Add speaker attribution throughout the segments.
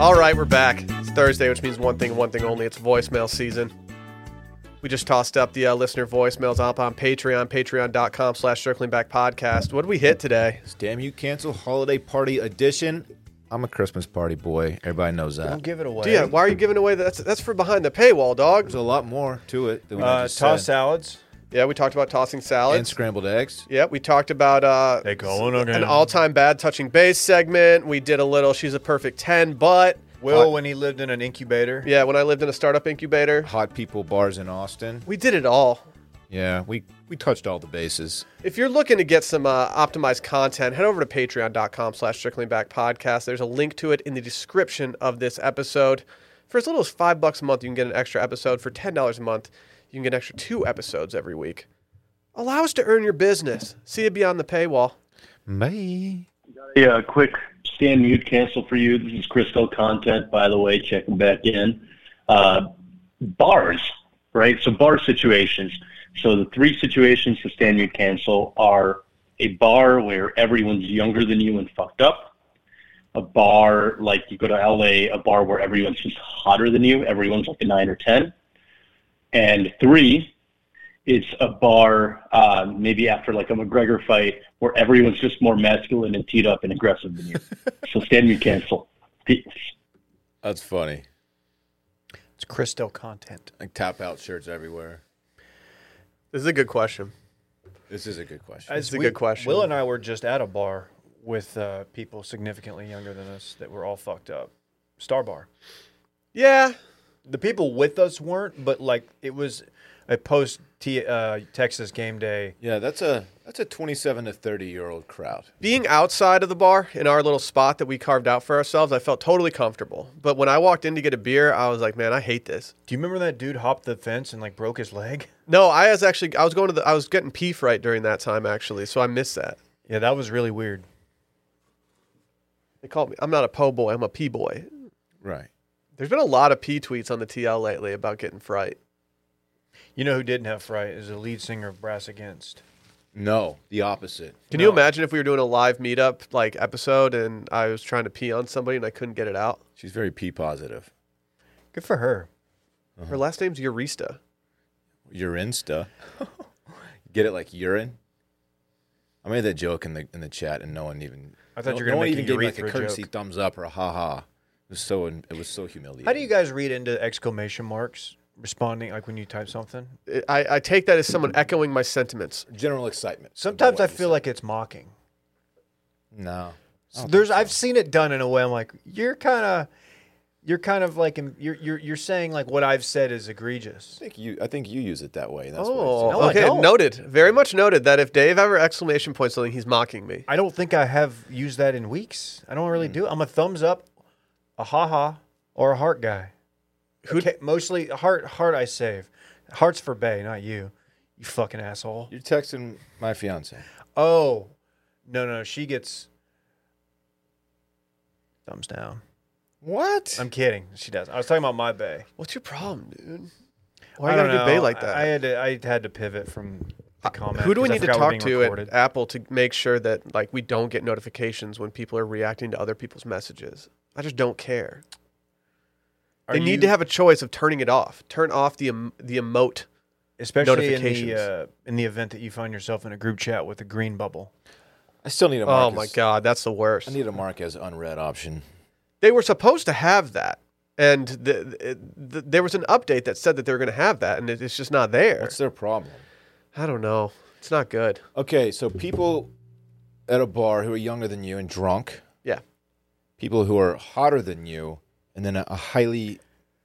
Speaker 1: All right, we're back. It's Thursday, which means one thing, one thing only. It's voicemail season. We just tossed up the uh, listener voicemails up on Patreon, patreon.com slash circling back podcast. What did we hit today?
Speaker 2: It's Damn You Cancel Holiday Party Edition. I'm a Christmas party boy. Everybody knows that.
Speaker 3: Don't give it away.
Speaker 1: Dude, yeah, uh, why are you giving away the, that's that's for behind the paywall, dog?
Speaker 2: There's a lot more to it than we
Speaker 3: uh,
Speaker 2: just
Speaker 3: toss
Speaker 2: said.
Speaker 3: salads.
Speaker 1: Yeah, we talked about tossing
Speaker 2: and
Speaker 1: salads.
Speaker 2: scrambled eggs.
Speaker 1: yeah, we talked about uh,
Speaker 3: They going again.
Speaker 1: an all-time bad touching base segment. We did a little she's a perfect 10, but
Speaker 3: Will when he lived in an incubator.
Speaker 1: yeah, when I lived in a startup incubator,
Speaker 2: Hot people bars in Austin.
Speaker 1: we did it all.
Speaker 2: Yeah, we we touched all the bases.
Speaker 1: If you're looking to get some uh, optimized content, head over to patreon.com slash circling back podcast. There's a link to it in the description of this episode. For as little as five bucks a month, you can get an extra episode. For ten dollars a month, you can get an extra two episodes every week. Allow us to earn your business. See it beyond the paywall.
Speaker 2: Bye.
Speaker 4: Yeah, a uh, quick stand mute cancel for you. This is Crisco content, by the way, checking back in. Uh, bars, right? So bar situations. So the three situations to stand mute cancel are a bar where everyone's younger than you and fucked up. A bar like you go to LA, a bar where everyone's just hotter than you. Everyone's like a nine or ten. And three, it's a bar, uh, maybe after like a McGregor fight, where everyone's just more masculine and teed up and aggressive than you. so stand me cancel. Peace.
Speaker 2: That's funny.
Speaker 3: It's Christo content.
Speaker 2: Like tap out shirts everywhere.
Speaker 1: This is a good question.
Speaker 2: This is a good question.
Speaker 1: That's a good question.
Speaker 3: Will and I were just at a bar with uh, people significantly younger than us that were all fucked up. Star Bar.
Speaker 1: Yeah,
Speaker 3: The people with us weren't, but like it was a post T- uh, Texas game day.
Speaker 2: yeah, that's a that's a 27 to 30 year old crowd.
Speaker 1: being outside of the bar in our little spot that we carved out for ourselves, I felt totally comfortable. But when I walked in to get a beer, I was like, man, I hate this.
Speaker 3: Do you remember that dude hopped the fence and like broke his leg?
Speaker 1: No, I was actually I was going to the I was getting pee fright during that time actually, so I missed that.
Speaker 3: Yeah, that was really weird.
Speaker 1: They called me. I'm not a po boy. I'm a pee boy.
Speaker 2: Right.
Speaker 1: There's been a lot of pee tweets on the TL lately about getting fright.
Speaker 3: You know who didn't have fright is the lead singer of Brass Against.
Speaker 2: No, the opposite.
Speaker 1: Can you imagine if we were doing a live meetup like episode and I was trying to pee on somebody and I couldn't get it out?
Speaker 2: She's very pee positive.
Speaker 3: Good for her. Uh-huh.
Speaker 1: Her last name's Eurista.
Speaker 2: Your Insta. Get it like urine. I made that joke in the in the chat, and no one even.
Speaker 3: I thought
Speaker 2: no,
Speaker 3: you were gonna
Speaker 2: no one
Speaker 3: make a
Speaker 2: even gave me like a
Speaker 3: urethra
Speaker 2: courtesy
Speaker 3: joke.
Speaker 2: thumbs up or a ha ha. It was so in- it was so humiliating.
Speaker 3: How do you guys read into exclamation marks responding like when you type something?
Speaker 1: I, I take that as someone echoing my sentiments.
Speaker 2: general excitement? about
Speaker 3: Sometimes
Speaker 2: what
Speaker 3: I
Speaker 2: you
Speaker 3: feel like it's mocking.
Speaker 2: said. no.
Speaker 3: So there's I've seen it done in a way I'm like you're kind of you're kind of like em- you're you're you're saying like what I've said is egregious.
Speaker 2: I think you I think you use it that way. and That's
Speaker 1: Oh,
Speaker 2: what
Speaker 3: No, I
Speaker 1: okay.
Speaker 3: don't.
Speaker 1: Noted. Very much noted that if Dave ever exclamation points something, he's mocking me.
Speaker 3: I don't think I have used that in weeks. I don't really do. I'm a thumbs up, a ha ha, or a heart guy.
Speaker 1: Who-
Speaker 3: Okay, mostly heart heart I save. Hearts for Bay, not you. You fucking asshole.
Speaker 2: You're texting my fiance.
Speaker 3: Oh, no no, she gets thumbs down.
Speaker 2: What?
Speaker 3: I'm kidding. She does. I was talking about my bay.
Speaker 1: What's your problem, dude? Why
Speaker 3: I
Speaker 1: you
Speaker 3: don't
Speaker 1: gotta do
Speaker 3: know.
Speaker 1: Bay like
Speaker 3: I-
Speaker 1: that? Uh,
Speaker 3: I had to, I had to pivot from the comment.
Speaker 1: Who do we
Speaker 3: 'cause I
Speaker 1: need to
Speaker 3: forgot we're
Speaker 1: talk
Speaker 3: being
Speaker 1: to
Speaker 3: recorded.
Speaker 1: at Apple to make sure that like we don't get notifications when people are reacting to other people's messages? I just don't care.
Speaker 3: Are
Speaker 1: they
Speaker 3: you-
Speaker 1: need to have a choice of turning it off. Turn off the em- the emote.
Speaker 3: especially in
Speaker 1: notifications.
Speaker 3: the uh, in the event that you find yourself in a group chat with a green bubble.
Speaker 2: I still need a mark
Speaker 1: Oh my
Speaker 2: as-
Speaker 1: god, that's the worst.
Speaker 2: I need a mark as unread option.
Speaker 1: they were supposed to have that, and the, the, the, there was an update that said that they were going to have that, and it, it's just not there.
Speaker 2: What's their problem?
Speaker 1: I don't know. It's not good.
Speaker 2: Okay, so people at a bar who are younger than you and drunk,
Speaker 1: Yeah,
Speaker 2: people who are hotter than you, and then a, a highly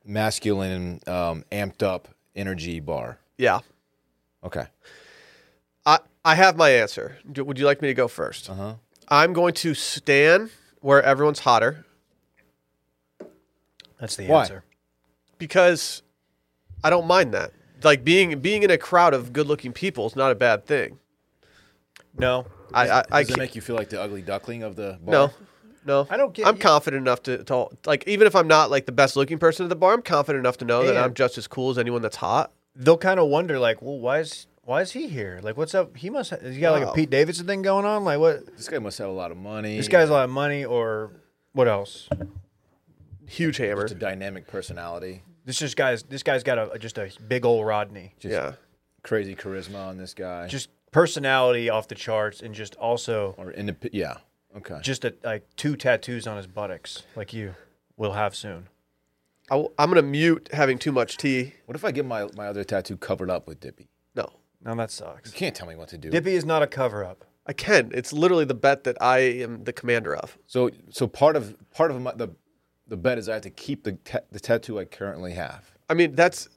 Speaker 2: masculine, um, amped up energy bar.
Speaker 1: yeah.
Speaker 2: Okay.
Speaker 1: I I have my answer. Do, would you like me to go first?
Speaker 2: Uh-huh.
Speaker 1: I'm going to stand where everyone's hotter.
Speaker 3: That's the
Speaker 2: Why?
Speaker 3: answer.
Speaker 1: because I don't mind that. Like being being in a crowd of good looking people is not a bad thing.
Speaker 3: No,
Speaker 1: I I, I
Speaker 2: Does it
Speaker 1: can't-
Speaker 2: make you feel like the ugly duckling of the bar?
Speaker 1: no. No,
Speaker 3: I don't get-
Speaker 1: I'm confident enough to, to like, even if I'm not like the best looking person at the bar, I'm confident enough to know that
Speaker 3: And-
Speaker 1: I'm just as cool as anyone that's hot.
Speaker 3: they'll kind of wonder like, well, why is why is he here? Like, what's up? He must. Ha- he got like
Speaker 1: Wow.
Speaker 3: a Pete Davidson thing going on. Like, what?
Speaker 2: This guy must have a lot of money.
Speaker 3: This guy's a lot of money, or what else?
Speaker 1: huge hammer.
Speaker 2: It's a dynamic personality.
Speaker 3: This just guys. This guy's got a just a big old Rodney.
Speaker 2: Just
Speaker 1: yeah.
Speaker 2: crazy charisma on this guy.
Speaker 3: Just personality off the charts, and just also
Speaker 2: or indep- yeah. Okay.
Speaker 3: just a, like two tattoos on his buttocks, like you will have soon.
Speaker 1: I, am gonna mute having too much tea.
Speaker 2: What if I get my, my other tattoo covered up with Dippy?
Speaker 1: No,
Speaker 3: Now that
Speaker 2: You
Speaker 3: sucks.
Speaker 2: can't tell me what to do.
Speaker 3: Dippy is not a cover up.
Speaker 1: I can. It's literally the bet that I am the commander of.
Speaker 2: So so part of part of my, the the bet is I have to keep the ta- the tattoo I currently have.
Speaker 1: I mean, that's.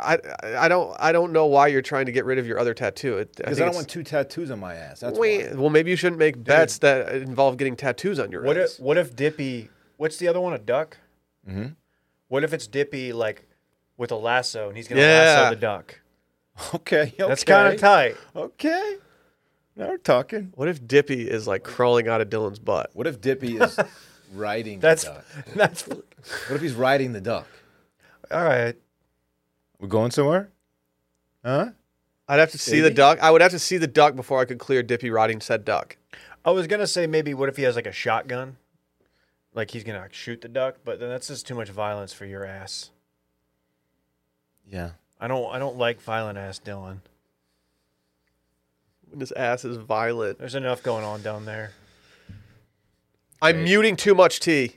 Speaker 1: I, I, I don't I don't know why you're trying to get rid of your other tattoo. It,
Speaker 2: Because
Speaker 1: think
Speaker 2: I don't
Speaker 1: it's-
Speaker 2: want two tattoos on my ass. That's
Speaker 1: Wait,
Speaker 2: why.
Speaker 1: well, maybe you shouldn't make bets that involve getting tattoos on your
Speaker 3: What
Speaker 1: ass.
Speaker 3: if what if Dippy? What's the other one? A duck. Mm-hmm. What if it's Dippy like with a lasso, and he's gonna
Speaker 1: Yeah.
Speaker 3: lasso the duck?
Speaker 2: Okay, okay.
Speaker 3: That's kind of tight.
Speaker 2: Okay. Now we're talking.
Speaker 1: What if Dippy is like crawling out of Dylan's butt?
Speaker 2: What if Dippy is riding
Speaker 3: That's
Speaker 2: the duck?
Speaker 3: that's
Speaker 2: What if he's riding the duck?
Speaker 3: all right.
Speaker 2: We're going somewhere? Huh?
Speaker 1: I'd have to see the
Speaker 2: Maybe.
Speaker 1: duck. I would have to see the duck before I could clear Dippy riding said duck.
Speaker 3: I was gonna say maybe what if he has like a shotgun, like he's gonna shoot the duck, but then that's just too much violence for your ass.
Speaker 2: Yeah.
Speaker 3: I don't I don't like violent ass Dylan.
Speaker 1: When his ass is violent.
Speaker 3: There's enough going on down there.
Speaker 1: I'm muting too much tea.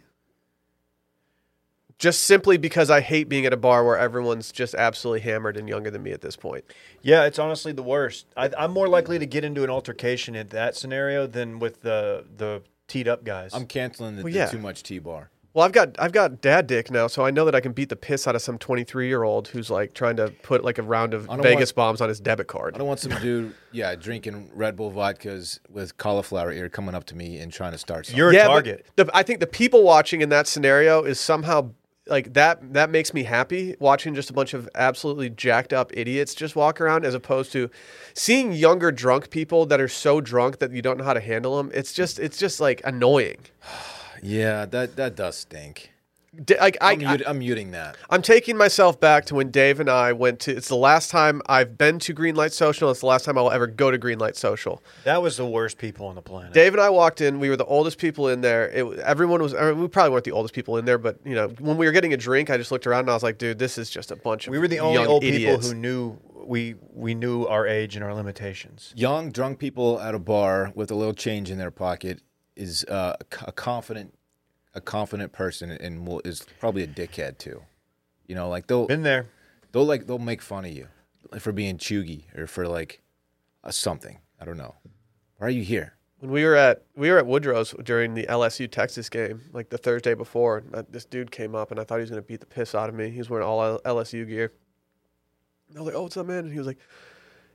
Speaker 1: Just simply because I hate being at a bar where everyone's just absolutely hammered and younger than me at this point.
Speaker 3: Yeah, it's honestly the worst. I, I'm more likely to get into an altercation in that scenario than with the the teed up guys.
Speaker 2: I'm canceling the,
Speaker 1: Well,
Speaker 2: the
Speaker 1: yeah.
Speaker 2: too much T bar.
Speaker 1: Well, I've got I've got dad dick now, so I know that I can beat the piss out of some 23 year old who's like trying to put like a round of
Speaker 2: don't
Speaker 1: Vegas bombs on his debit card.
Speaker 2: I don't want some dude, yeah, drinking Red Bull vodkas with cauliflower ear coming up to me and trying to start something.
Speaker 3: You're a
Speaker 1: yeah, but
Speaker 3: target.
Speaker 1: The, I think the people watching in that scenario is somehow like that. That makes me happy watching just a bunch of absolutely jacked up idiots just walk around, as opposed to seeing younger drunk people that are so drunk that you don't know how to handle them. It's just it's just like annoying.
Speaker 2: yeah, that that does stink.
Speaker 1: D- Like I,
Speaker 2: I'm, mut- I'm muting that.
Speaker 1: I'm taking myself back to when Dave and I went to. It's the last time I've been to Greenlight Social. It's the last time I will ever go to Greenlight Social.
Speaker 3: that was the worst people on the planet.
Speaker 1: Dave and I walked in. We were the oldest people in there. It, was- everyone was. I mean, we probably weren't the oldest people in there, but you know, when we were getting a drink, I just looked around and I was like, "Dude, this is just a bunch of
Speaker 3: we were the only
Speaker 1: young
Speaker 3: old
Speaker 1: idiots.
Speaker 3: people who knew we we knew our age and our limitations.
Speaker 2: Young drunk people at a bar with a little change in their pocket is uh, a co- a confident, a confident person and will, is probably a dickhead too. You know, like they'll
Speaker 3: Been there.
Speaker 2: they'll like they'll make fun of you like, for being chuggy or for like uh, something. I don't know. Why are you here?
Speaker 1: When we were at we were at Woodrow's during the LSU Texas game, like the Thursday before, and I, this dude came up and I thought he was going to beat the piss out of me. He was wearing all L- LSU gear. And I was like, "Oh, what's up, man?" And he was like,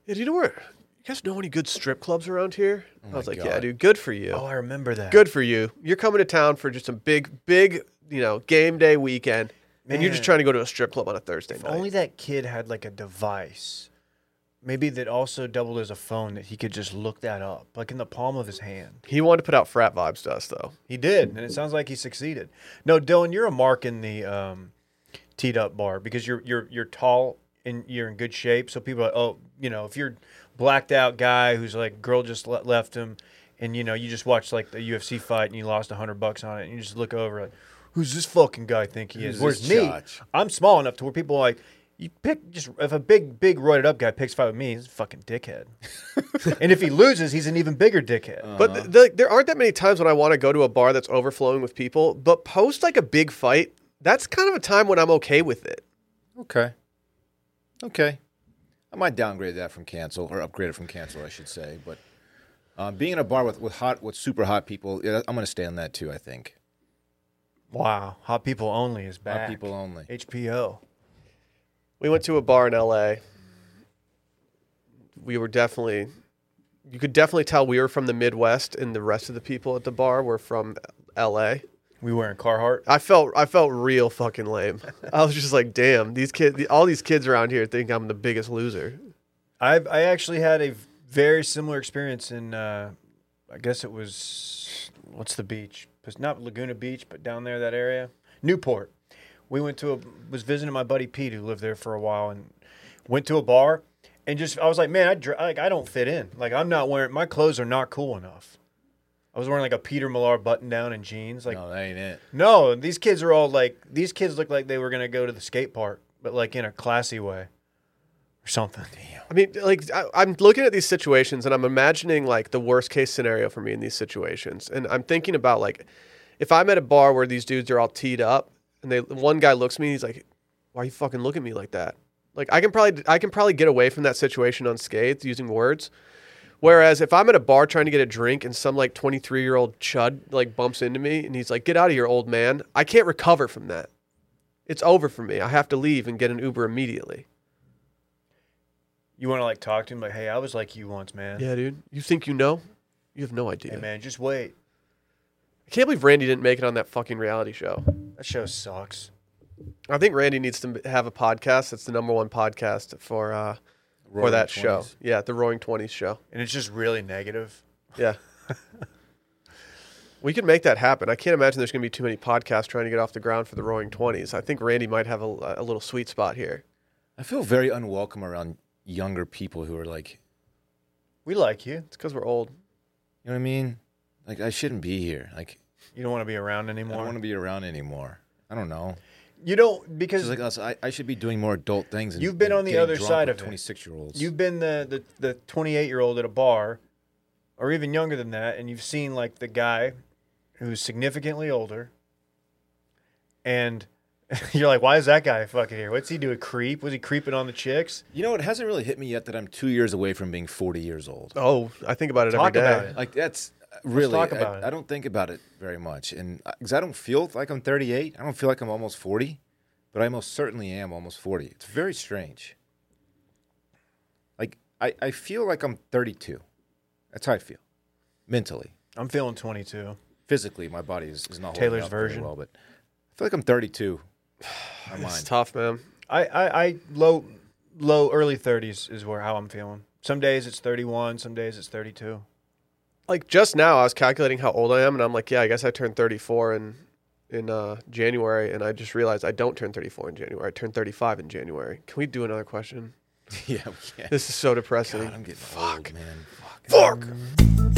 Speaker 1: "Yeah, do you know where? You guys know any good strip clubs around here?" I was like, "Yeah,
Speaker 2: God.
Speaker 1: dude, good for you."
Speaker 3: Oh, I remember that.
Speaker 1: good for you. You're coming to town for just a big, big, you know, game day weekend, and you're just
Speaker 3: Man.
Speaker 1: trying to go to a strip club on a Thursday
Speaker 3: If
Speaker 1: night.
Speaker 3: only that kid had like a device, maybe that also doubled as a phone that he could just look that up, like in the palm of his hand.
Speaker 1: he wanted to put out frat vibes to us, though.
Speaker 3: He did,
Speaker 2: Mm-hmm.
Speaker 3: and it sounds like he succeeded. No, Dylan, you're a mark in the um, teed up bar because you're you're you're tall and you're in good shape. So people are, oh, you know, if you're blacked out guy who's like girl just le- left him, and you know you just watched like the UFC fight and you lost hundred bucks on it, and you just look over like, who's this fucking guy think he is?
Speaker 2: Who's
Speaker 3: Where's
Speaker 2: this
Speaker 3: me?
Speaker 2: Chach?
Speaker 3: I'm small enough to where people are like. You pick just if a big, big roided up guy picks fight with me, he's a fucking dickhead. and if he loses, he's an even bigger dickhead.
Speaker 2: Uh.
Speaker 1: But th- the, there aren't that many times when I want to go to a bar that's overflowing with people. But post like a big fight, that's kind of a time when I'm okay with it.
Speaker 2: Okay. Okay. I might downgrade that from cancel or upgrade it from cancel, I should say. But uh, being in a bar with, with hot, with super hot people, yeah, I'm going to stay on that too. I think
Speaker 3: Wow, hot people only is
Speaker 2: hot
Speaker 3: back.
Speaker 2: people only.
Speaker 3: HPO.
Speaker 1: We went to a bar in LA. We were definitely, you could definitely tell we were from the Midwest, and the rest of the people at the bar were from LA.
Speaker 3: We were in Carhartt.
Speaker 1: I felt I felt real fucking lame. I was just like, damn, these kids, all these kids around here think I'm the biggest loser.
Speaker 3: I've I actually had a very similar experience in. Uh, I guess it was what's the beach? It's not Laguna Beach, but down there that area, Newport. We went to a was visiting my buddy Pete who lived there for a while and went to a bar and just I was like, man, I dr- like I don't fit in. Like I'm not wearing my clothes are not cool enough. I was wearing like a Peter Millar button down and jeans. Like,
Speaker 2: no, that ain't it.
Speaker 3: no. these kids are all like, these kids look like they were gonna go to the skate park, but like in a classy way or something. Damn.
Speaker 1: I mean, like I, I'm looking at these situations and I'm imagining like the worst case scenario for me in these situations, and I'm thinking about like if I'm at a bar where these dudes are all teed up and they one guy looks at me, he's like, "Why are you fucking looking at me like that?" Like I can probably I can probably get away from that situation unscathed using words. Whereas if I'm at a bar trying to get a drink and some like 23 year old chud like bumps into me and he's like, "Get out of here, old man," I can't recover from that. It's over for me. I have to leave and get an Uber immediately.
Speaker 3: You want to like talk to him like, hey, I was like you once, man.
Speaker 1: Yeah, dude. You think you know? You have no idea.
Speaker 3: Hey, man, just wait.
Speaker 1: I can't believe Randy didn't make it on that fucking reality show.
Speaker 3: That show sucks.
Speaker 1: I think Randy needs to have a podcast. It's the number one podcast for uh, for
Speaker 2: Roaring
Speaker 1: that
Speaker 2: 20s.
Speaker 1: show. Yeah, the Roaring Twenties show.
Speaker 3: And it's just really negative.
Speaker 1: Yeah. we could make that happen. I can't imagine there's going to be too many podcasts trying to get off the ground for the Roaring Twenties. I think Randy might have a, a little sweet spot here.
Speaker 2: I feel very unwelcome around younger people who are like,
Speaker 3: We like you.
Speaker 1: It's because we're old.
Speaker 2: you know what I mean? Like I shouldn't be here. Like
Speaker 3: You don't want to be around
Speaker 2: I don't
Speaker 3: anymore.
Speaker 2: want to be around anymore. I don't know.
Speaker 3: You don't because
Speaker 2: It's like us. I, I should be doing more adult things. And,
Speaker 3: You've been
Speaker 2: and
Speaker 3: on the
Speaker 2: getting
Speaker 3: other
Speaker 2: drunk
Speaker 3: side
Speaker 2: with
Speaker 3: of it.
Speaker 2: Twenty-six-year-olds.
Speaker 3: You've been the the the 28 year old at a bar, or even younger than that, and you've seen like the guy who's significantly older, and you're like, why is that guy fucking here? What's he doing? Creep? Was he creeping on the chicks?
Speaker 2: You know, it hasn't really hit me yet that I'm two years away from being 40 years old.
Speaker 1: Oh, I think about it
Speaker 3: Talk
Speaker 1: every day.
Speaker 3: about it.
Speaker 2: Like that's really.
Speaker 3: talk about
Speaker 2: I,
Speaker 3: it.
Speaker 2: I don't think about it very much, and because I don't feel like I'm 38, I don't feel like I'm almost 40, but I most certainly am almost 40. It's very strange. Like I, I feel like I'm 32. That's how I feel, mentally,
Speaker 3: I'm feeling 22.
Speaker 2: physically. My body is, is not holding
Speaker 3: Taylor's
Speaker 2: up very
Speaker 3: version.
Speaker 2: well, but I feel like I'm 32. My
Speaker 1: It's
Speaker 2: mind.
Speaker 1: tough, man.
Speaker 3: I I, I low low early 30s is where how I'm feeling. Some days it's 31, some days it's 32.
Speaker 1: like just now I was calculating how old I am and I'm like, yeah, I guess I turned 34 in in uh, January and I just realized I don't turn 34 in January. I turn 35 in January. Can we do another question?
Speaker 2: yeah, yeah.
Speaker 1: This is so depressing.
Speaker 2: God, I'm getting Fuck. old, man. Fuck.
Speaker 1: Fuck.